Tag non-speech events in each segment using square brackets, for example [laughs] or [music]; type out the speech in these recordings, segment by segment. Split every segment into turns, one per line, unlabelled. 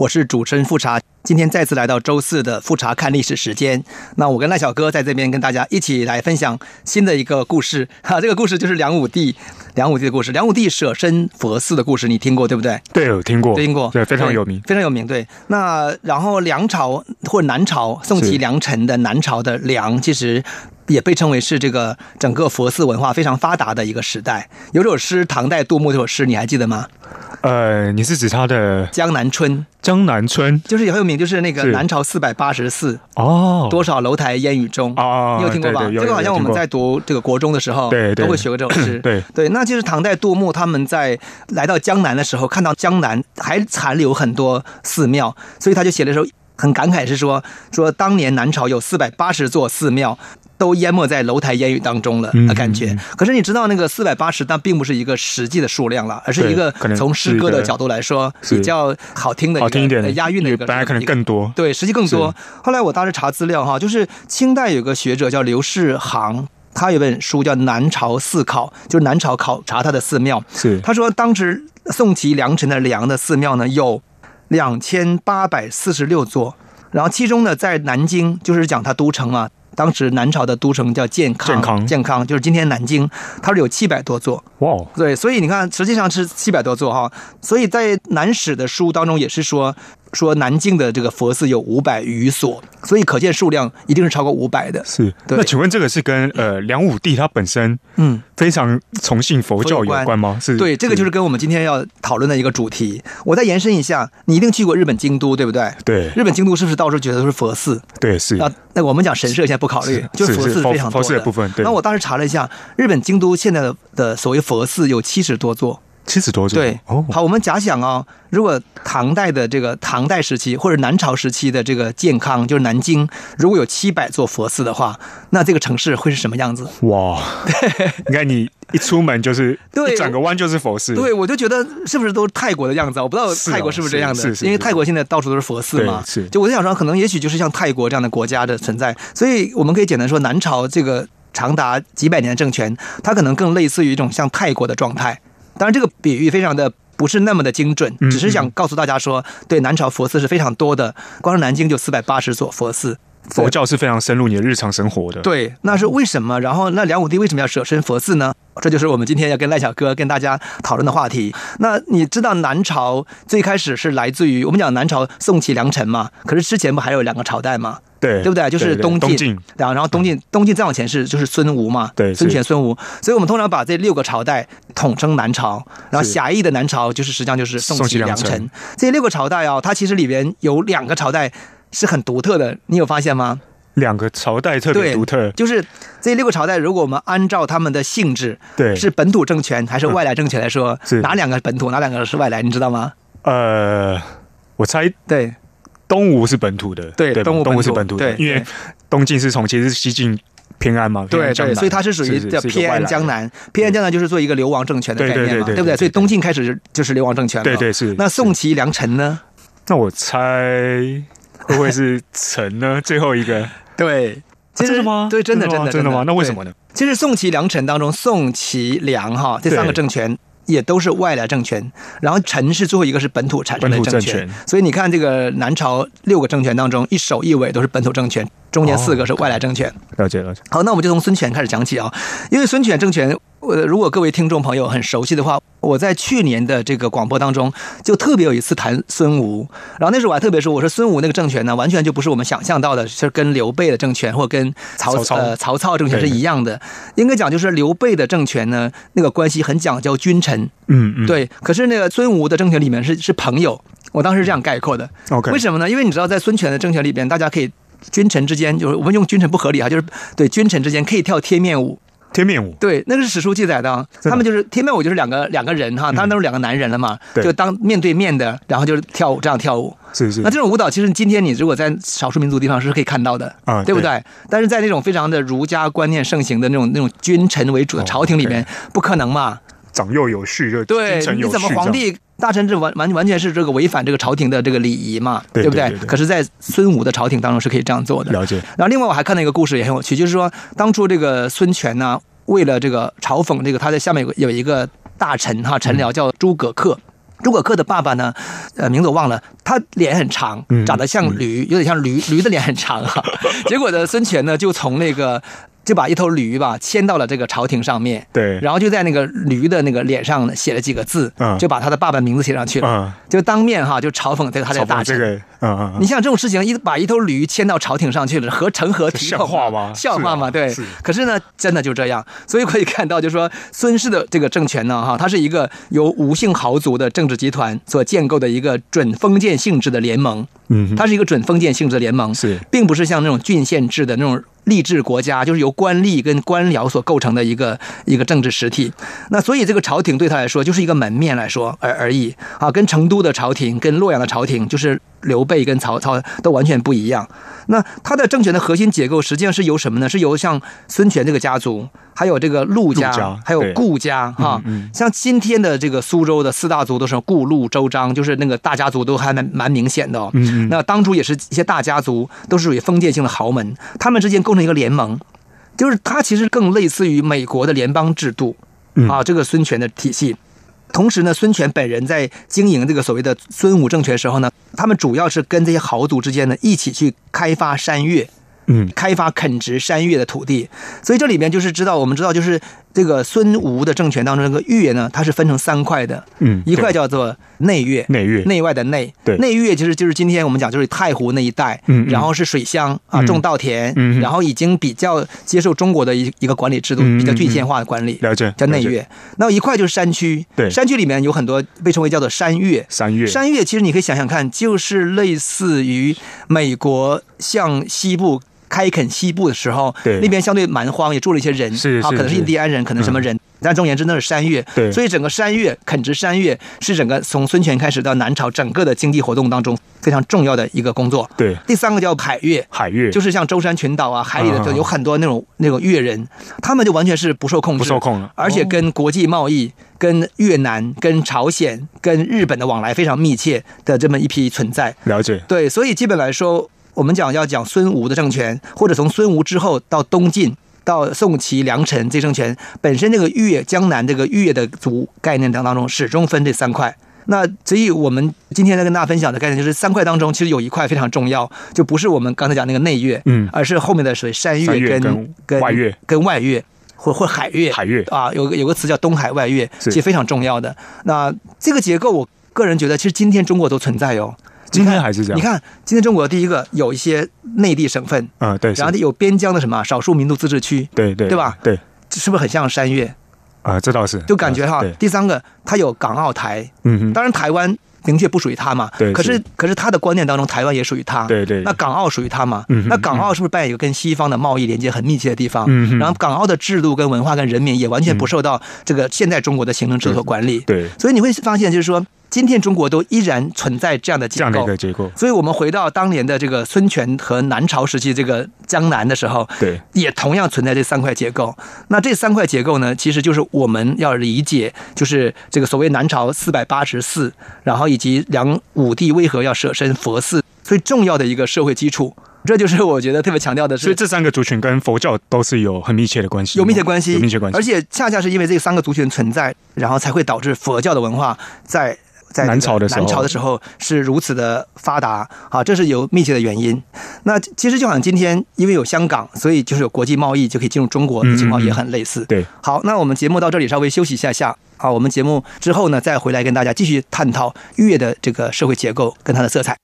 我是主持人富察。今天再次来到周四的富察看历史时间，那我跟赖小哥在这边跟大家一起来分享新的一个故事 [laughs] 哈、这个故事就是梁武帝，梁武帝的故事，梁武帝舍身佛寺的故事，你听过对不对？
对，有听过，
听过，
哦对，非常有名。
非常有名。对，那然后梁朝或南朝，宋齐
是
梁陈的南朝的梁，其实也被称为是这个整个佛寺文化非常发达的一个时代。有首诗，唐代杜牧这首诗，你还记得吗？
呃，你是指他的
《
《
江南春
江南春》》
就是很有名，就是那个
是
南朝四百八十四，
哦，
多少楼台烟雨中。
啊，
你有听过吧？
对对有
这个好像我们
有
在
听
读这个国中的时候，
对对
都会学过这首诗。
过对
对，那就是唐代杜牧他们在来到江南的时候，看到江南还残留很多寺庙，所以他就写了一首很感慨，是说说当年南朝有四百八十座寺庙。都淹没在楼台烟雨当中了
嗯
的感觉。
嗯
可是你知道那个四百八十，但并不是一个实际的数量了，而是
对
一个
可能
从诗歌
是一
的
个
角度来说
是
比较好听的个、
好听一点
呃
的
押韵的一个，
本来可能
一个
更多。
对，实际更多。后来我当时查资料哈，就是清代有个学者叫刘世航，他有本书叫《南朝寺考》，就是南朝考察他的寺庙。
是
他说，当时宋齐梁陈的梁的寺庙呢有两千八百四十六座，然后其中呢在南京，就是讲他都城嘛，啊当时南朝的都城叫健康，
健康
健康就是今天南京，他说有七百多座。
哇哦，
对，所以你看，实际上是七百多座哈。所以在南史的书当中也是说，说南京的这个佛寺有五百余所，所以可见数量一定是超过五百的。
是。
对
那请问这个是跟呃梁武帝他本身
嗯，
非常崇信佛教有关吗？是
对，这个就是跟我们今天要讨论的一个主题。我再延伸一下，你一定去过日本京都，对不对？
对
日本京都是不是到处觉得都是佛寺
对是
啊？那我们讲神社先不考虑
是，
就是佛
是
寺
佛
非常多
佛寺的部分对
那我当时查了一下，日本京都现在的的所谓佛寺有七十多座，
七十多种
对，
哦，
好，我们假想啊、如果唐代的这个唐代时期或者南朝时期的这个健康，就是南京，如果有七百座佛寺的话，那这个城市会是什么样子？ [laughs]
哇，你看你一出门就是
对
一转个弯就是佛寺，
对，我就觉得是不是都是泰国的样子啊？我不知道
是啊
泰国是不是这样的，
是是是
因为泰国现在到处都是佛寺嘛。
对是
就我在想说，可能也许就是像泰国这样的国家的存在，所以我们可以简单说，南朝这个长达几百年的政权，它可能更类似于一种像泰国的状态。当然，这个比喻非常的。不是那么的精准，
嗯
只是想告诉大家说，对南朝佛寺是非常多的，光是南京就四百八十所佛寺，
佛教是非常深入你的日常生活的。
对，那是为什么？然后那梁武帝为什么要舍身佛寺呢？这就是我们今天要跟赖小哥跟大家讨论的话题。那你知道南朝最开始是来自于我们讲南朝宋齐梁陈嘛？可是之前不还有两个朝代嘛？
对
对不对？就是东晋，
东晋嗯
然后然后东晋，东晋再往前是就是孙吴嘛，
对
孙
是
权、孙吴，所以我们通常把这六个朝代统称南朝，然后
是
狭义的南朝就是实际上就是宋
宋
齐
齐
梁
梁
陈
陈
这六个朝代啊，它其实里边有两个朝代是很独特的，你有发现吗？
两个朝代特
对
别独 [laughs] 特，
就是这六个朝代，如果我们按照他们的性质，
对嗯
是本土政权还是外来政权来说，
是
哪两个本土，哪两个是外来，你知道吗？
呃，我猜
对
东吴是本土的，
对
吧
东吴本土
东吴是本土的，
对
因为东晋是从其实是西晋偏安嘛，偏安江南
所以它是属于
是
叫
是一个
偏
外
安
来
江南，偏安江南就是做一个流亡政权的
对
概
对
念嘛，
对对
不对？
对
所以
对
东晋开始就是就是流亡政权了。
对对是
啊那
是
宋齐梁陈呢？
那我猜会不会是陈呢？ [laughs] 最后一个，啊
对，其实、
真的吗？
对，真的真的
吗真的吗？那为什么
呢？
呢？
其实宋齐梁陈当中，宋齐梁哈这三个
对
政权。也都是外来政权，然后陈是最后一个是本土产生的
本土
政
政
权，
权
所以你看这个南朝六个政权当中，一首一尾都是本土政权，中间四个是外来政权。
了解了解，
好，那我们就从孙权开始讲起啊，因为孙权政权，呃，如果各位听众朋友很熟悉的话，我在去年的这个广播当中就特别有一次谈孙吴，然后那时候我还特别说，我说孙吴那个政权呢，完全就不是我们想象到的，是跟刘备的政权或跟曹
曹操
呃曹操政权是
对
一样的，应该讲就是刘备的政权呢，那个关系很讲究君臣，
嗯嗯，
对，可是那个孙吴的政权里面是是朋友，我当时是这样概括的，
，OK，
为什么呢？因为你知道，在孙权的政权里边，大家可以君臣之间，就是我们用君臣不合理啊，就是对君臣之间可以跳贴面舞。
天面舞，
对，那个是史书记载的啊。
的
他们就是天面舞，就是两个两个人哈，当然都是两个男人了嘛，
对
就当面对面的，然后就是跳舞这样跳舞。
是是
那，这种舞蹈其实今天你如果在少数民族地方是可以看到的，
啊
对不
对
对？但是在那种非常的儒家观念盛行的那种那种君臣为主的
哦
朝廷里面，不可能嘛？
长幼有序，就
对
君，臣有
你
序
怎么
这样
皇帝大臣这完完完全是这个违反这个朝廷的这个礼仪嘛？
对
不
对
对
对对？
可是，在孙武的朝廷当中是可以这样做的。
了解？
然后另外我还看到一个故事也很有趣，就是说当初这个孙权呢、为了这个嘲讽这个他在下面有个有一个大臣哈臣
嗯
僚叫诸葛恪。诸葛恪的爸爸呢，呃，名字我忘了，他脸很长，
嗯
长得像驴，有点像驴，驴的脸很长哈、 [laughs] 结果呢，孙权呢就从那个就把一头驴吧牵到了这个朝廷上面，
对，
然后就在那个驴的那个脸上呢写了几个字，
嗯
就把他的爸爸名字写上去了，
嗯，
就当面哈就嘲讽这个他的
嘲
大
讽
臣
这。个，嗯嗯
你
嗯，
像这种事情，一把一头驴牵到朝廷上去了，何成何体统啊？
像话吗
像话吗？
是啊
对
是。
可是呢，真的就这样，所以可以看到，就是说孙氏的这个政权呢，哈，它是一个由吴姓豪族的政治集团所建构的一个准封建性质的联盟，
嗯哼，
它是一个准封建性质的联盟，
是
并不是像那种郡县制的那种吏治国家，就是由官吏跟官僚所构成的一个一个政治实体。那所以这个朝廷对他来说就是一个门面来说而而已啊，跟成都的朝廷、跟洛阳的朝廷，就是刘备跟曹操都完全不一样。那他的政权的核心结构实际上是由什么呢？是由像孙权这个家族，还有这个陆家，
陆家
还有
对
顾家哈。
嗯嗯
像今天的这个苏州的四大族都是顾、陆、周、张，就是那个大家族都还蛮蛮明显的、哦。
嗯嗯
那当初也是一些大家族，都是属于封建性的豪门，他们之间构成一个联盟，就是它其实更类似于美国的联邦制度
嗯
啊，这个孙权的体系。同时呢，孙权本人在经营这个所谓的孙武政权时候呢，他们主要是跟这些豪族之间呢一起去开发山岳，
嗯
开发垦殖山岳的土地，所以这里面就是知道，我们知道就是这个孙吴的政权当中，这个越呢，它是分成三块的，
嗯，
一块
对
叫做内越，
内乐，
内外的内，
对
内越其实就是今天我们讲就是太湖那一带，
嗯嗯
然后是水乡啊，
嗯
种稻田，
嗯嗯
然后已经比较接受中国的一一个管理制度，
嗯嗯嗯
比较郡县化的管理，
了解
叫内
乐，
越。那一块就是山区，
对
山区里面有很多被称为叫做山岳。
三月，
山岳其实你可以想想看，就是类似于美国向西部。开垦西部的时候，
对
那边相对蛮荒，也住了一些人，
是
啊，
是
可能是
是嗯
印第安人，可能什么人，但总而言之那是山岳，
对
所以整个山岳垦殖山岳是整个从孙权开始到南朝整个的经济活动当中非常重要的一个工作。
对，
第三个叫海岳，
海月
就是像舟山群岛啊，海里的
嗯嗯嗯
有很多那种那种越人，他们就完全是不受控制，
不受控了，
而且跟国际贸易、跟越南、跟朝鲜、跟日本的往来非常密切的这么一批存在。
了解，
对，所以基本来说，我们讲要讲孙吴的政权，或者从孙吴之后到东晋。到宋齐梁陈这政权本身，这个越江南这个越的族概念当当中，始终分这三块。那所以我们今天在跟大家分享的概念，就是三块当中，其实有一块非常重要，就不是我们刚才讲那个内越，
嗯
而是后面的所谓山
山
越
越
跟
跟
跟
外越
跟外越或或海越
海月，
啊，有个有个词叫东海外越，
是
其实非常重要的。那这个结构，我个人觉得，其实今天中国都存在哟。
今天还是这样，
你，看，今天中国第一个有一些内地省份，
嗯，对，是
然后有边疆的什么少数民族自治区，
对对
对吧
对，
这是不是很像山岳？
啊，这倒是，
就感觉
啊
哈
对，，
第三个它有港澳台，
嗯哼，
当然台湾明确不属于它嘛，
对
可是
是
可是它的观念当中，台湾也属于它，
对对
那港澳属于它嘛？
嗯哼
那港澳是不是扮演一个跟西方的贸易连接很密切的地方？
嗯哼
然后港澳的制度跟文化跟人民也完全不受到这个现在中国的行政制度所管理。
嗯对，
所以你会发现，就是说，今天中国都依然存在这样的
这
结
样的一
构
个。结构，
所以我们回到当年的这个孙权和南朝时期这个江南的时候，
对，
也同样存在这三块结构。那这三块结构呢，其实就是我们要理解，就是这个所谓南朝四百八十四，然后以及梁武帝为何要舍身佛寺，最重要的一个社会基础。这就是我觉得特别强调的
所以
是。
这三个族群跟佛教都是有很密切的关系，
有密切关系，
有密切关系
而，且恰恰是因为这三个族群存在，然后才会导致佛教的文化在在这个
南朝的时候
南朝的时候是如此的发达啊，这是有密切的原因。那其实就好像今天因为有香港，所以就是有国际贸易就可以进入中国的情况
嗯嗯嗯
也很类似。
对，
好，那我们节目到这里稍微休息一下下啊，我们节目之后呢再回来跟大家继续探讨越的这个社会结构跟它的色彩。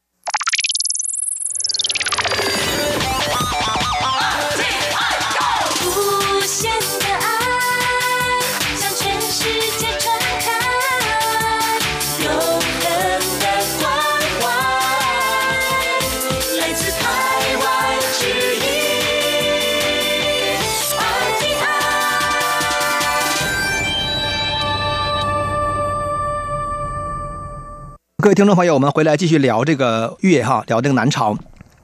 无限的爱向全世界传开，永恒的关怀来自台湾之音。爱的爱，
各位听众朋友，我们回来继续聊这个月哈，聊这个南朝。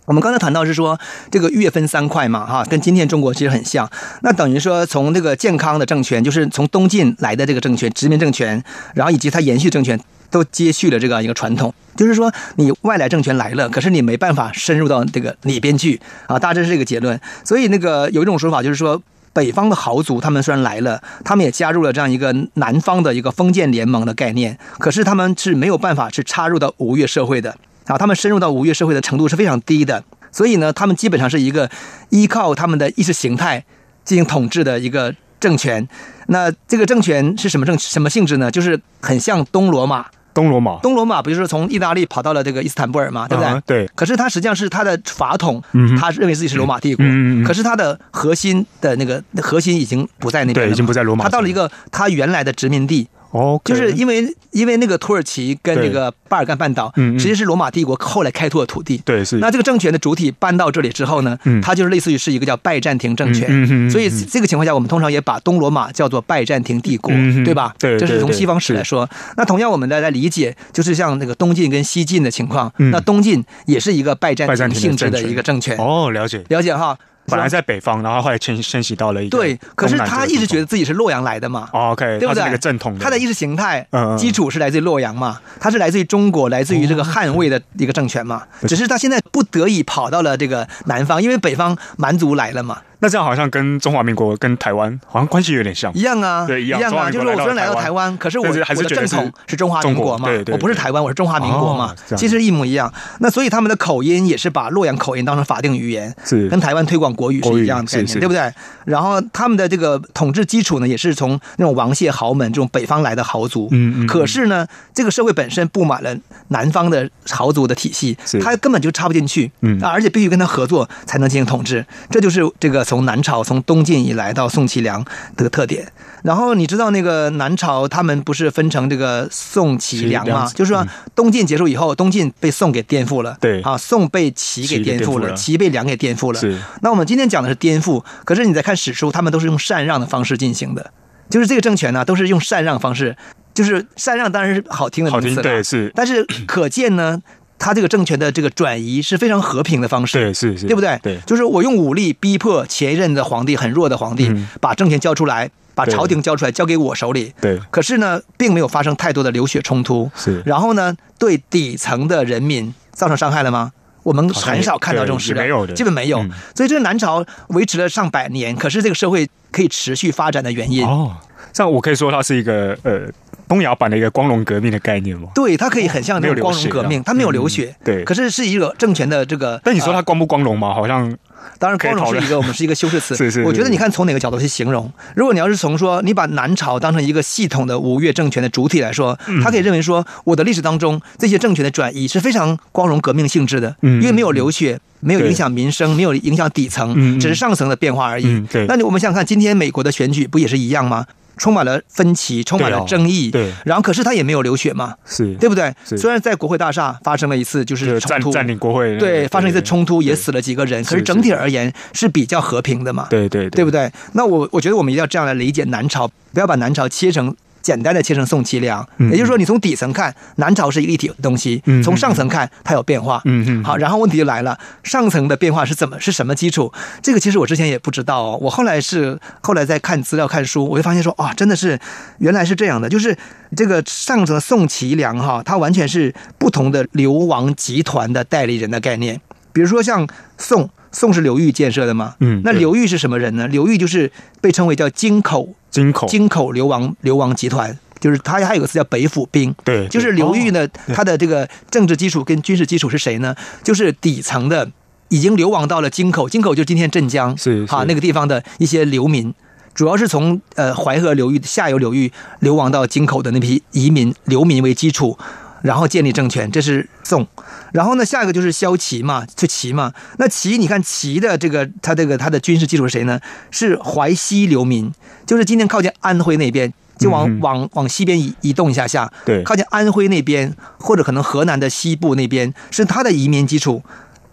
我们刚才谈到是说，这个月分三块嘛，哈，跟今天中国其实很像。那等于说，从这个健康的政权，就是从东晋来的这个政权，殖民政权，然后以及它延续政权，都接续了这个一个传统。就是说，你外来政权来了，可是你没办法深入到这个里边去啊，大致是这个结论。所以那个有一种说法就是说，北方的豪族，他们虽然来了，他们也加入了这样一个南方的一个封建联盟的概念，可是他们是没有办法是插入到吴越社会的啊，他们深入到吴越社会的程度是非常低的，所以呢，他们基本上是一个依靠他们的意识形态进行统治的一个政权。那这个政权是什么政什么性质呢？就是很像东罗马，
东罗马，
东罗马不就是从意大利跑到了这个伊斯坦布尔嘛，对不对？
啊对
可是它实际上是它的法统
嗯，哼
他认为自己是罗马帝国，
嗯嗯嗯嗯
可是它的核心的那个核心已经不在那边了
对
嘛
已经不在罗马
它到了一个它原来的殖民地，
哦，
就是因为因为那个土耳其跟
对
那个巴尔干半岛，
嗯嗯
其实是罗马帝国后来开拓的土地。
对是
那这个政权的主体搬到这里之后呢，
嗯
它就是类似于是一个叫拜占庭政权。
嗯嗯嗯嗯
所以这个情况下，我们通常也把东罗马叫做拜占庭帝国，
嗯嗯
对吧？
对
这是
对
从
对
西方史来说。那同样，我们来来理解，就是像那个东晋跟西晋的情况。
嗯
那东晋也是一个拜占
拜占
庭
庭
性质
政
的一个政权。
哦，了解。
了解哈？
本来在北方，然后后来迁迁徙到了一个
对，可是
东南这
他
个
一直
地
觉
方
得自己是洛阳来的嘛。
哦，OK，
对不
它
对？
是那个正统的，
他的意识形态
嗯嗯
基础是来自于洛阳嘛，它是来自于中国，来自于这个汉魏的一个政权嘛。只是他现在不得已跑到了这个南方，因为北方蛮族来了嘛，
那这样好像跟中华民国跟台湾好像关系有点像
一。样啊，
对一样
啊。就
中华民国
是我虽然来
来
到
到
台湾，可是我
但是还是
我的
觉
正
得是
统是中华民国嘛，
中国对对
我不是台湾，我是中华民国嘛
哦，这样
其实一模一样。那所以他们的口音也是把洛阳口音当成法定语言，
是
跟台湾推广国语是一样的概
国语是
念，
是
对不对？然后他们的这个统治基础呢，也是从那种王谢豪门这种北方来的豪族，
嗯嗯嗯
可是呢，这个社会本身布满了南方的豪族的体系
是，
他根本就插不进去，
嗯
啊而且必须跟他合作才能进行统治，这就是这个从南朝从东晋以来到宋齐梁的特点。然后你知道那个南朝他们不是分成这个宋齐梁
齐
吗？
梁
就是说
嗯
东晋结束以后，东晋被宋给颠覆了，
对
啊，宋被齐给
齐给
颠覆
颠覆
了，
了
齐被梁给颠覆了，
是
那我们今天讲的是颠覆，可是你在看史书，他们都是用禅让的方式进行的，就是这个政权呢、啊都是用禅让方式，就是禅让当然是好听的
好
名词了
听，对，是，
但是可见呢，他这个政权的这个转移是非常和平的方式，
对是是，
对不对？
对，
就是我用武力逼迫前一任的皇帝很弱的皇帝、
嗯
把政权交出来，把
对
朝廷交出来，交给我手里。
对
可是呢，并没有发生太多的流血冲突。
是
然后呢，对底层的人民造成伤害了吗？我们
好像也
很少看到这种
对
事料，
也没有的
基本没有。
嗯
所以这个南朝维持了上百年，可是这个社会可以持续发展的原因，
哦，这样我可以说它是一个呃东亚版的一个光荣革命的概念吗？
对，它可以很像那种光荣革
没有流血
命，
啊
它没有流血，
嗯对
可是是一个政权的这个。
但你说
呃
它光不光荣嘛？好像
当然，
可以
光荣
讨
是
论
一个我们是一个修饰词。
[laughs] 是是是
我觉得你看从哪个角度去形容？如果你要是从说你把南朝当成一个系统的吴越政权的主体来说，
嗯
他可以认为说我的历史当中这些政权的转移是非常光荣革命性质的，
嗯
因为没有流血，没有
对
影响民生，没有影响底层，
嗯嗯
只是上层的变化而已。
嗯对
那你我们想想看，今天美国的选举不也是一样吗？充满了分歧，充满了
对哦
争议，
对
然后可是他也没有流血嘛，
是
对不对？
是
虽然在国会大厦发生了一次就
就是是
冲
占
突，
占领国会那个，
对，发生一次冲突，
对
也死了几个人，可
是
是
是
整体而言是比较和平的嘛，
对对
对不
对？
对？那我我觉得我们一定要这样来理解南朝，不要把南朝切成简单的切成宋齐梁，
嗯
也就是说，你从底层看南朝是一个立体的东西，
嗯
从上层看它有变化。
嗯嗯，
好，然后问题就来了，上层的变化是怎么是什么基础？这个其实我之前也不知道哦，我后来是后来在看资料看书，我就发现说，啊，真的是原来是这样的，就是这个上层的宋齐梁哈，它完全是不同的流亡集团的代理人的概念。比如说像宋，宋是刘裕建设的嘛，
嗯
那
对
刘裕是什么人呢？刘裕就是被称为叫京口
金口
京口流亡流亡集团，就是他还有个词叫北府兵，
对，
就是
对
刘裕
哦
呢，他的这个政治基础跟军事基础是谁呢？就是底层的，已经流亡到了京口，京口就是今天镇江，
是
哈
是
那个地方的一些流民。主要是从呃淮河流域下游流域流亡到京口的那批移民流民为基础，然后建立政权，这是宋。然后呢，下一个就是萧齐嘛，就齐嘛。那齐，你看齐的这个他这个他的军事基础是谁呢？是淮西流民，就是今天靠近安徽那边，就往、
嗯哼
往往西边移移动一下下，
对
靠近安徽那边，或者可能河南的西部那边，是他的移民基础。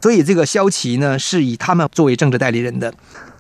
所以这个萧齐呢，是以他们作为政治代理人的。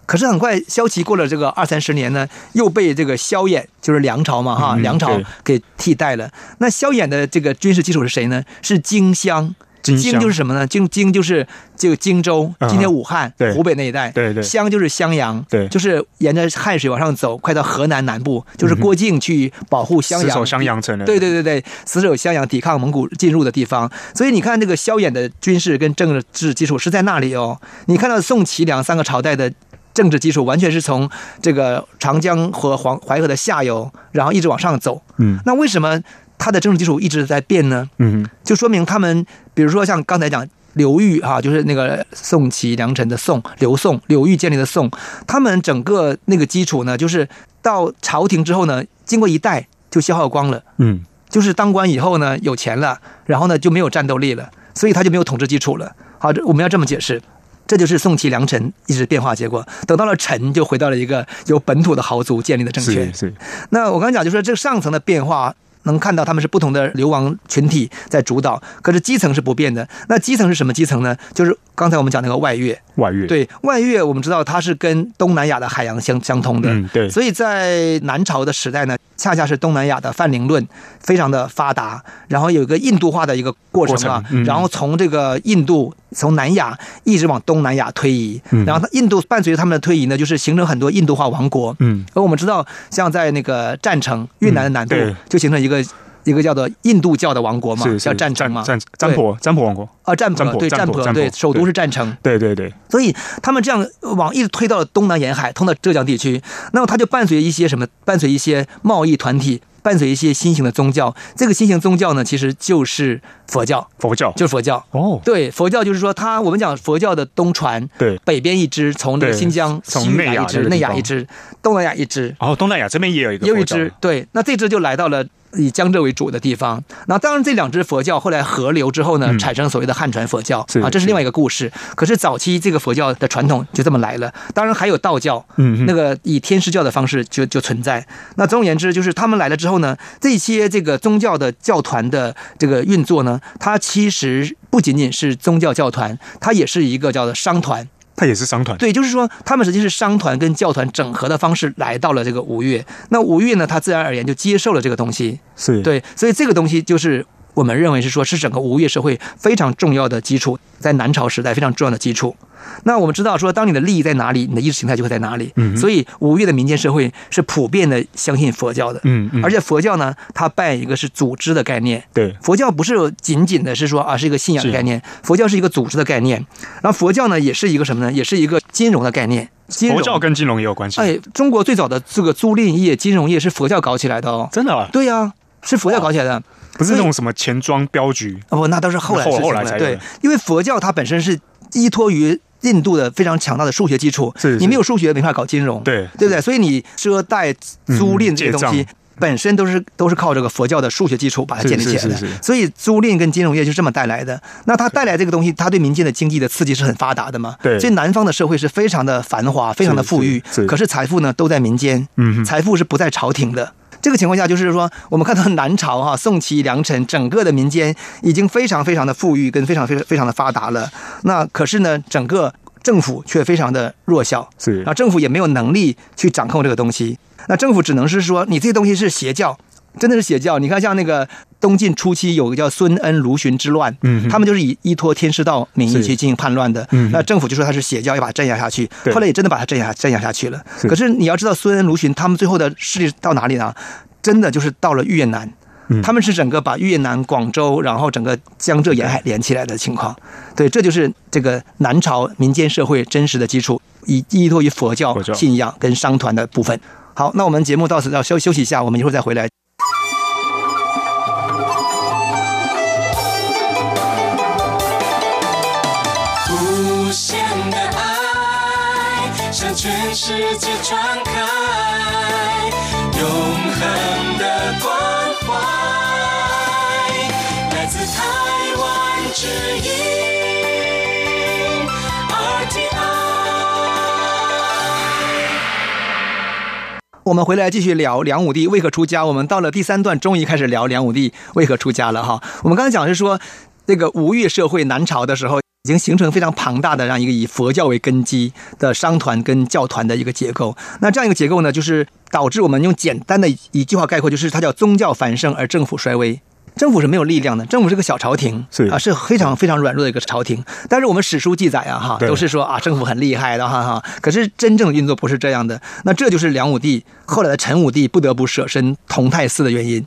可是很快，萧齐过了这个二三十年呢，又被这个萧衍，就是梁朝嘛哈，[laughs]
嗯
梁朝
对
给替代了。那萧衍的这个军事基础是谁呢？是荆襄。
荆襄
就是什么呢？荆荆就是这个荆州，
嗯
今天武汉、
对
湖北那一带。
对对
襄就是襄阳，
对
就是沿着汉水往上走，快到河南南部，就是郭靖去保护襄
嗯死
阳，
守襄阳城了。
对对对对，死守襄阳，抵抗蒙古进入的地方。所以你看，这个萧衍的军事跟政治基础是在那里哦。你看到宋、齐、梁三个朝代的政治基础，完全是从这个长江和黄淮河的下游，然后一直往上走。
嗯
那为什么它的政治基础一直在变呢？
嗯哼，
就说明他们，比如说像刚才讲刘裕哈、就是那个宋齐梁陈的宋，刘宋，刘裕建立的宋，他们整个那个基础呢，就是到朝廷之后呢，经过一代就消耗光了。
嗯，
就是当官以后呢，有钱了，然后呢就没有战斗力了，所以他就没有统治基础了。好，这我们要这么解释。这就是宋齐梁陈一直变化结果，等到了陈，就回到了一个由本土的豪族建立的政权
是。是，
那我刚才讲，就是说这上层的变化，能看到他们是不同的流亡群体在主导，可是基层是不变的。那基层是什么基层呢？就是刚才我们讲那个外越，
外越。，
对外越，我们知道它是跟东南亚的海洋相相通的。
嗯对，
所以在南朝的时代呢，恰恰是东南亚的泛灵论非常的发达，然后有一个印度化的一个过程啊，
过程嗯
然后从这个印度从南亚一直往东南亚推移，
嗯
然后它印度伴随着他们的推移呢，就是形成很多印度化王国。
嗯
而我们知道，像在那个占城越南的南部，
嗯对
就形成一个一个叫做印度教的王国嘛，
是是
叫占城嘛，
占占婆占婆王国。
啊占
占
婆
婆
对
占
占
婆
婆
占婆
对，首都
对
是占城。
对对对，
所以他们这样呃往一直推到了东南沿海，通到浙江地区，那么它就伴随一些什么？伴随一些贸易团体，伴随一些新型的宗教。这个新型宗教呢，其实就是佛教，
佛教。
就是佛教。
哦，
对，佛教就是说它，我们讲佛教的东传，
对。
北边一支，从这个
对
新疆、
从
西域
内
来
亚
一
那
支，
个
内
地
亚
方
一支，东南亚一支。
然后哦东南亚这边也有一个
也有一
佛教
支，对，那这支就来到了以江浙为主的地方。那当然，这两支佛教后来合流之后呢，
嗯
产生所谓的汉传佛教
是
啊，这是
是
另外一个故事。可是早期这个佛教的传统就这么来了。当然还有道教，
嗯嗯
那个以天师教的方式就就存在。那总而言之，就是他们来了之后呢，这些这个宗教的教团的这个运作呢，它其实不仅仅是宗教教团，它也是一个叫做商团。
它也是商团。
对，就是说他们实际是商团跟教团整合的方式来到了这个吴越。那吴越呢，他自然而然就接受了这个东西。
是，
对，所以这个东西就是我们认为是说是整个吴越社会非常重要的基础，在南朝时代非常重要的基础。那我们知道说，当你的利益在哪里，你的意识形态就会在哪里。
嗯哼
所以吴越的民间社会是普遍的相信佛教的。
嗯嗯，
而且佛教呢，它扮演一个是组织的概念，
对，
佛教不是仅仅的是说啊是一个信仰的概念，佛教是一个组织的概念，然后佛教呢也是一个什么呢？也是一个金融的概念。金融
佛教跟金融也有关系。
哎，中国最早的这个租赁业、金融业是佛教搞起来的哦。
真的啊，
对呀、是佛教搞起来的。
不是那
所以
种什么钱庄镖局。
哦，那都是后来的事情了
嗯后后来才有的
对，因为佛教它本身是依托于。印度的非常强大的数学基础，
是是
你没有数学没法搞金融，
对
对不对？所以你赊贷、租赁
嗯
这些东
借
西
账
本身都是都是靠这个佛教的数学基础把它建立起来的，
是是是是
所以租赁跟金融业就是这么带来的。那它带来这个东西，它对民间的经济的刺激是很发达的嘛？
对
所以南方的社会是非常的繁华，非常的富裕，
是是
可是财富呢都在民间，
嗯哼
财富是不在朝廷的。这个情况下，就是说，我们看到南朝哈、宋齐梁陈整个的民间已经非常非常的富裕，跟非常非常非常的发达了。那可是呢，整个政府却非常的弱小，
是
然后政府也没有能力去掌控这个东西。那政府只能是说，你这些东西是邪教，真的是邪教。你看，像那个东晋初期有个叫孙恩卢循之乱，
嗯哼
他们就是以依托天师道名义
是
去进行叛乱的。
嗯哼
那政府就说他是邪教，要把它镇压下去。
对
后来也真的把它镇压镇压下去了。
是
可是你要知道，孙恩卢循他们最后的势力到哪里呢？真的就是到了越南。
嗯
他们是整个把越南、广州，然后整个江浙沿海连起来的情况。对，这就是这个南朝民间社会真实的基础，以依托于佛教
佛教
信仰跟商团的部分。好，那我们节目到此要休休息一下，我们一会儿再回来。
无限的爱向全世界传开，永恒的关怀，来自台湾之音 RTI。
我们回来继续聊梁武帝为何出家。我们到了第三段，终于开始聊梁武帝为何出家了哈。我们刚才讲的是说，这个吴越社会南朝的时候，已经形成非常庞大的这样一个以佛教为根基的商团跟教团的一个结构。那这样一个结构呢，就是导致我们用简单的一句话概括，就是它叫宗教繁盛而政府衰微。政府是没有力量的，政府是个小朝廷，
是
啊，是非常非常软弱的一个朝廷。但是我们史书记载啊，哈，
对
都是说啊，政府很厉害的，哈哈。可是真正的运作不是这样的，那这就是梁武帝后来的陈武帝不得不舍身同泰寺的原因。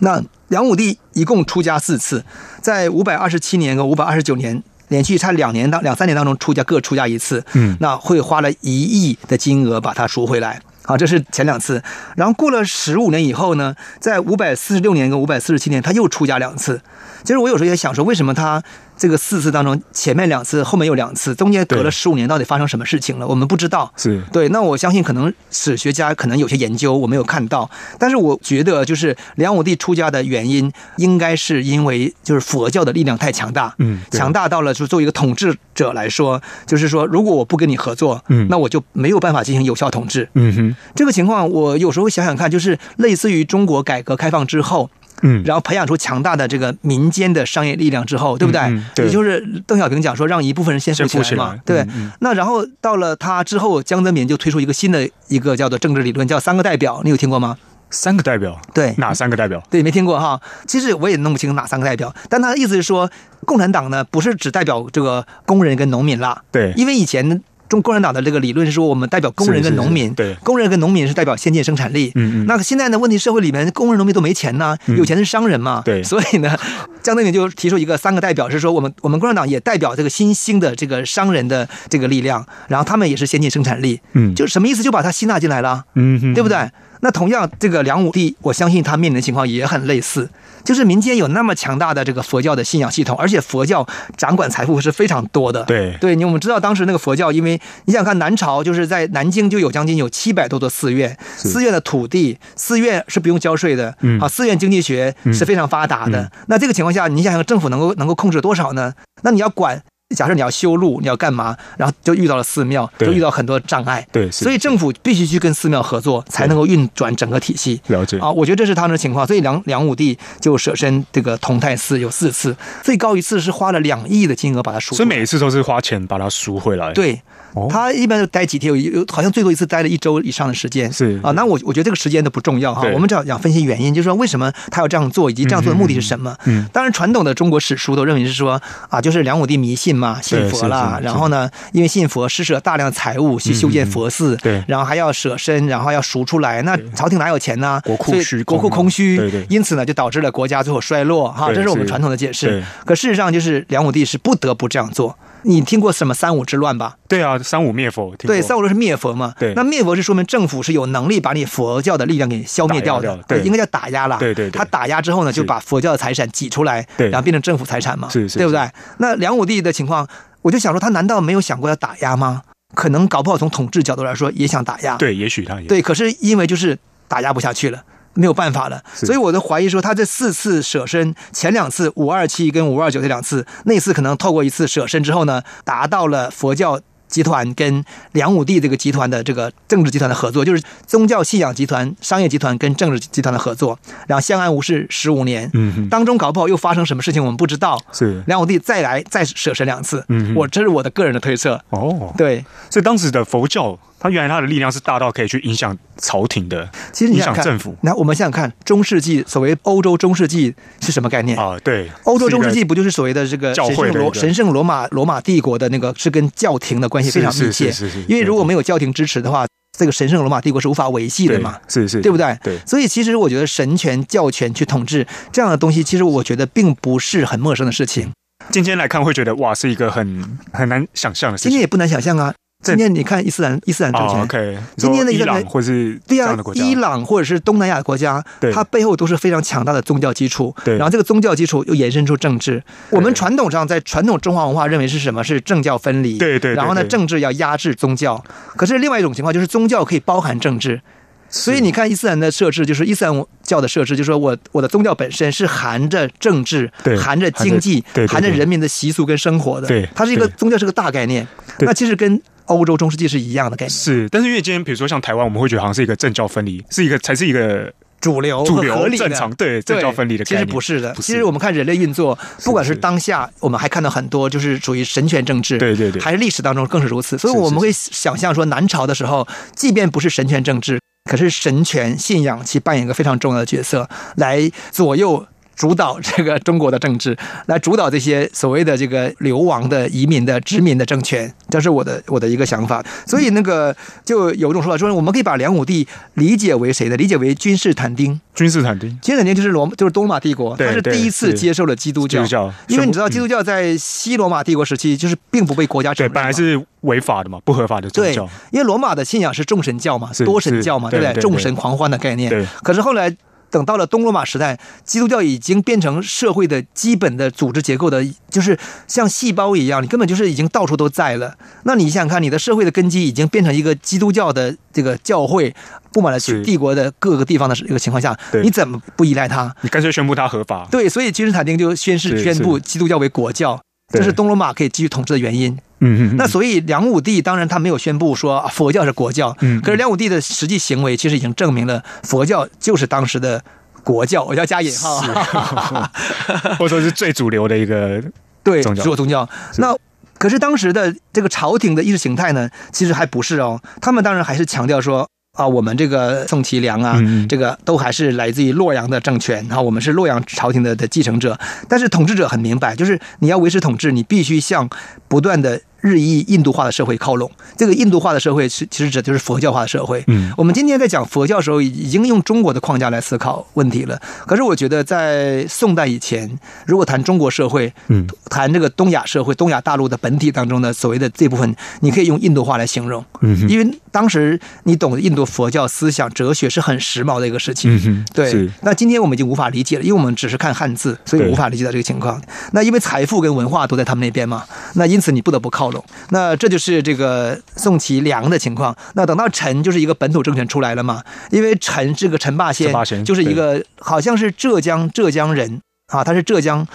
那梁武帝一共出家四次，在五百二十七年和五百二十九年。连续差两年当两三年当中出家各出家一次，
嗯
那会花了一亿的金额把它赎回来啊，这是前两次。然后过了十五年以后呢，在五百四十六年跟五百四十七年他又出家两次。其实我有时候也想说，为什么他这个四次当中前面两次，后面有两次，中间隔了
对
十五年，到底发生什么事情了？我们不知道。
是
对，那我相信可能史学家可能有些研究我没有看到，但是我觉得就是梁武帝出家的原因，应该是因为就是佛教的力量太强大，
嗯对
强大到了就作为一个统治者来说，就是说如果我不跟你合作，
嗯
那我就没有办法进行有效统治。
嗯哼，
这个情况我有时候想想看，就是类似于中国改革开放之后，
嗯，
然后培养出强大的这个民间的商业力量之后，对不对？
嗯嗯对
也就是邓小平讲说，让一部分人先
先
富
富
起来嘛，
起来
对。
嗯嗯
那然后到了他之后，江泽民就推出一个新的一个叫做政治理论，叫三个代表，你有听过吗？
三个代表，
对
哪三个代表？
对，没听过哈。其实我也弄不清哪三个代表，但他的意思是说，共产党呢不是只代表这个工人跟农民啦，
对，
因为以前中共产党的这个理论是说，我们代表工人跟农民，
是是是对
工人跟农民是代表先进生产力。
嗯嗯嗯
那现在呢，问题社会里面工人农民都没钱呐，有钱的是商人嘛。
对
所以呢，江泽民就提出一个三个代表，是说我们我们共产党也代表这个新兴的这个商人的这个力量，然后他们也是先进生产力，
嗯
就什么意思？就把他吸纳进来了。
嗯哼，
对不？对？那同样，这个梁武帝，我相信他面临的情况也很类似，就是民间有那么强大的这个佛教的信仰系统，而且佛教掌管财富是非常多的。
对
[laughs] 对，你我们知道当时那个佛教，因为你想看南朝，就是在南京就有将近有七百多座寺院，
是
寺院的土地，寺院是不用交税的，
嗯
啊，寺院经济学是非常发达的。
嗯
那这个情况下，你想想政府能够能够控制多少呢？那你要管。假设你要修路，你要干嘛？然后就遇到了寺庙，
对
就遇到很多障碍。
对是
所以政府必须去跟寺庙合作，才能够运转整个体系。
了解
啊，我觉得这是他们的情况，所以梁梁武帝就舍身这个同泰寺有四次，最高一次是花了两亿的金额把它赎回
所
来。
以每一次都是花钱把它赎回来。，
对
哦。
他一般就待几天，有一好像最多一次待了一周以上的时间。
是
啊，那我我觉得这个时间都不重要哈。
对
我们只要讲分析原因，就是说为什么他要这样做，以及这样做的目的是什么。
嗯嗯嗯
当然，传统的中国史书都认为是说啊，就是梁武帝迷信嘛，信
对
佛啦
是，是嗯
然后呢，因为信佛施舍大量财物去修建佛寺，
对
然后还要舍身，然后要赎出来。那朝廷哪有钱呢？
国库
所以
虚
国
空
库空
嘛
虚，
对对
因此呢，就导致了国家最后衰落哈。
对
这是我们
是
传统的解释
对。
可事实上，就是梁武帝是不得不这样做。你听过什么三武之乱吧？
对啊，三五灭佛，听过
对，三五六是灭佛嘛？
对
那灭佛是说明政府是有能力把你佛教的力量给消灭掉
打
的
压，掉对
应该叫打压啦。
对对对
他打压之后呢，就把佛教的财产挤出来，
对
然后变成政府财产嘛，
是是
对不对？那梁武帝的情况，我就想说，他难道没有想过要打压吗？可能搞不好从统治角度来说也想打压，
对，也许他也
对，可是因为就是打压不下去了。没有办法了，
是
所以我都怀疑说，他这四次舍身，前两次五二七跟五二九这两次，那次可能透过一次舍身之后呢，达到了佛教集团跟梁武帝这个集团的这个政治集团的合作，就是宗教信仰集团、商业集团跟政治集团的合作，然后相安无事十五年，
嗯哼
当中搞不好又发生什么事情我们不知道，
是
梁武帝再来再舍身两次，
嗯哼
我这是我的个人的推测，
哦，
对，
所以当时的佛教，它原来它的力量是大到可以去影响朝廷的，
其实你
影
想
响
看
政府
那我们想想看，中世纪所谓欧洲中世纪是什么概念？
啊，对，
哎欧洲中世
是一
纪
个
不就是所谓的这个
教
神
会
圣
的一
罗
个
神圣罗马罗马帝国的那个是跟教廷的关系非常密切
是是是是是，
因为如果没有教廷支持的话，这个神圣罗马帝国是无法维系的
对
嘛，
是是，
对不对？
对
所以其实我觉得神权教权去统治这样的东西，其实我觉得并不是很陌生的事情。
今天来看会觉得哇，是一个很很难想象的事
今天
情。
也不难想象啊，
这
今天你看伊斯兰伊斯兰政权。
哦、，OK，
今天的
你
一
说
个
伊朗或是这
对
样
啊
的国，家，
伊朗或者是东南亚的国家
对，
它背后都是非常强大的宗教基础，
对
然后这个宗教基础又延伸出政治。我们传统上在传统中华文化认为是什么？是政教分离，
对对对
然后呢，
对
政治要压制宗教。可是另外一种情况就是宗教可以包含政治，所以你看伊斯兰的设置，就是伊斯兰教的设置，就是说我我的宗教本身是含着政治
对、
含着经济
含着对对、
含着
对
人民的习俗跟生活的，
对
它是一个
对
宗教是个大概念。
对
那其实跟欧洲中世纪是一样的概念。
是，但是因为今天比如说像台湾，我们会觉得好像是一个政教分离，是一个才是一个
主流、
主流
哦合理的
正常对政教分离的
其实
概念
不是的。
不是
其实我们看人类运作，不管是当下，我们还看到很多就是属于神权政治，
对对对
还是历史当中更是如此。所以
是是
我们会想象说，南朝的时候，即便不是神权政治，可是神权信仰其扮演一个非常重要的角色，来左右。主导这个中国的政治， [laughs] 来主导这些所谓的这个流亡的移民的殖民的政权，这是我的我的一个想法。所以那个就有一种说法，说我们可以把梁武帝理解为谁呢？理解为君士坦丁。
君士坦丁
君士坦丁就是罗就是东罗马帝国，
对
他是第一次
对
接受了基督教，
基督教
因为你知道
嗯
基督教在西罗马帝国时期就是并不被国家承
对，
认嘛，
本来是违法的嘛，不合法的宗
对
教，，
因为罗马的信仰是众神教嘛，
是
多神教嘛，
是
对不
对对
众神狂欢的概念。
对
可是后来等到了东罗马时代，基督教已经变成社会的基本的组织结构的，就是像细胞一样，你根本就是已经到处都在了。那你想想看，你的社会的根基已经变成一个基督教的这个教会，布满了
是
帝国的各个地方的一个情况下，
对
你怎么不依赖它？
你干脆宣布它合法。
对，所以君士坦丁就宣誓
是
宣布
是
基督教为国教，这
对
是东罗马可以继续统治的原因。
嗯嗯
[laughs]
嗯
那所以梁武帝当然他没有宣布说啊佛教是国教，
嗯嗯
可是梁武帝的实际行为其实已经证明了佛教就是当时的国教，我要加引号，啊
[laughs] 或者说是最主流的一个，
对，
宗教
只有宗教。那可是当时的这个朝廷的意识形态呢，其实还不是哦，他们当然还是强调说。啊，我们这个宋齐梁啊，
嗯嗯
这个都还是来自于洛阳的政权，然后我们是洛阳朝廷的的继承者。但是统治者很明白，就是你要维持统治，你必须向不断的日益印度化的社会靠拢。这个印度化的社会是其实指的就是佛教化的社会。
嗯
我们今天在讲佛教的时候，已已经用中国的框架来思考问题了。可是我觉得，在宋代以前，如果谈中国社会，
嗯，
谈这个东亚社会、东亚大陆的本体当中的所谓的这部分，你可以用印度话来形容，
嗯哼
因为当时你懂得印度佛教思想、哲学是很时髦的一个事情。
嗯哼，
对
是，
那今天我们已经无法理解了，因为我们只是看汉字，所以
对
无法理解到这个情况。那因为财富跟文化都在他们那边嘛，那因此你不得不靠拢。那这就是这个宋齐梁的情况。那等到陈就是一个本土政权出来了嘛，因为陈这个陈霸先
陈霸先
就是一个好像是浙江浙江人啊，他是浙江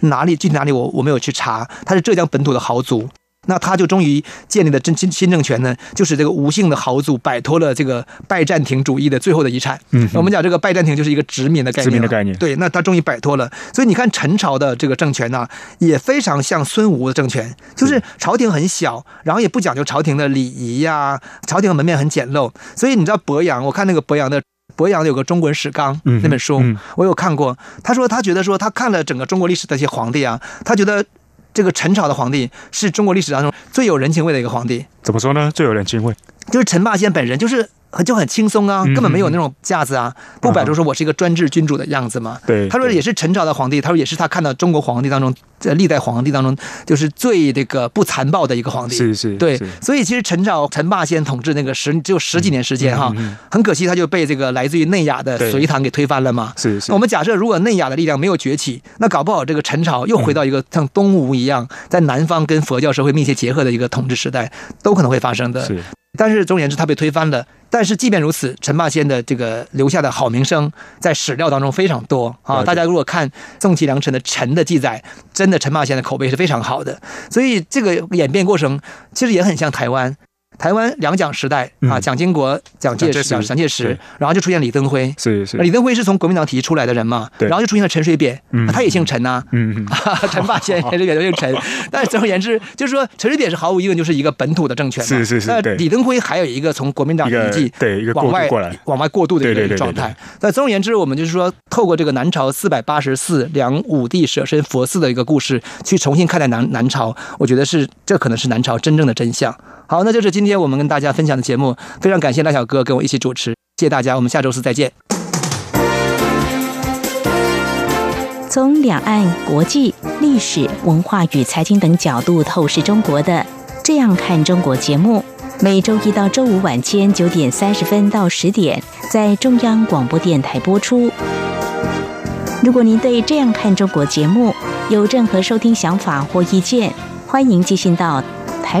哪里具体哪里我我没有去查，他是浙江本土的豪族。那他就终于建立了真新新政权呢，就是这个吴姓的豪族摆脱了这个拜占庭主义的最后的遗产。
嗯哼
我们讲这个拜占庭就是一个殖民的概念嘛，啊
殖民的概念
对，那他终于摆脱了。所以你看陈朝的这个政权呢、也非常像孙吴的政权，
嗯
就是朝廷很小，然后也不讲究朝廷的礼仪呀、朝廷的门面很简陋。所以你知道博洋，我看那个博洋的。博洋有个《中国人史纲》
嗯
那本书，
嗯
我有看过。他说，他觉得说，他看了整个中国历史的一些皇帝啊，他觉得这个陈朝的皇帝是中国历史当中最有人情味的一个皇帝。
怎么说呢？最有人情味，
就是陈霸先本人就是很就很轻松啊，
嗯
根本没有那种架子啊，不摆出说我是一个专制君主的样子嘛。
啊对
他说
对
也是陈朝的皇帝，他说也是他看到中国皇帝当中，呃，历代皇帝当中就是最这个不残暴的一个皇帝。
是是
对
是，
所以其实陈朝陈霸先统治那个十只有十几年时间哈
嗯嗯嗯，
很可惜他就被这个来自于内亚的
对
隋唐给推翻了嘛。
是是
我们假设如果内亚的力量没有崛起，那搞不好这个陈朝又回到一个像东吴一样，在南方跟佛教社会密切结合的一个统治时代，都可能会发生的。
是
但是总而言之，他被推翻了。但是即便如此，陈霸先的这个留下的好名声，在史料当中非常多
了
啊。
解
大家如果看宋齐梁陈的陈的记载，真的陈霸先的口碑是非常好的。所以这个演变过程其实也很像台湾。台湾两蒋时代啊，
嗯
蒋经国、蒋介石、
蒋
蒋
介石
蒋介石
对，
然后就出现李登辉。
是是
那，李登辉是从国民党体系出来的人嘛，
对
然后就出现了陈水扁，
嗯
啊他也姓陈呐、
嗯嗯
[laughs] 陈霸先、陈水扁都姓陈，但是总而言之，就是说陈水扁是毫无疑问就是一个本土的政权嘛。
是是是
那
对
李登辉还有一个从国民党
一个
经济
对一个过渡
往外
过来
往外过渡的一
对对
个
对
状态。那总而言之，我们就是说，透过这个南朝四百八十四梁武帝舍身佛寺的一个故事，去重新看待南南朝，我觉得是这可能是南朝真正的真相。好，那就是今天我们跟大家分享的节目，非常感谢赖小哥跟我一起主持，谢谢大家，我们下周四再见。
从两岸、国际、历史文化与财经等角度透视中国的《这样看中国》节目，每周一到周五晚间九点三十分到十点在中央广播电台播出。如果您对《这样看中国》节目有任何收听想法或意见，欢迎寄信到台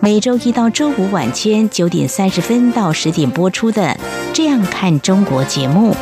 每周一到周五晚间九点三十分到十点播出的《这样看中国》节目。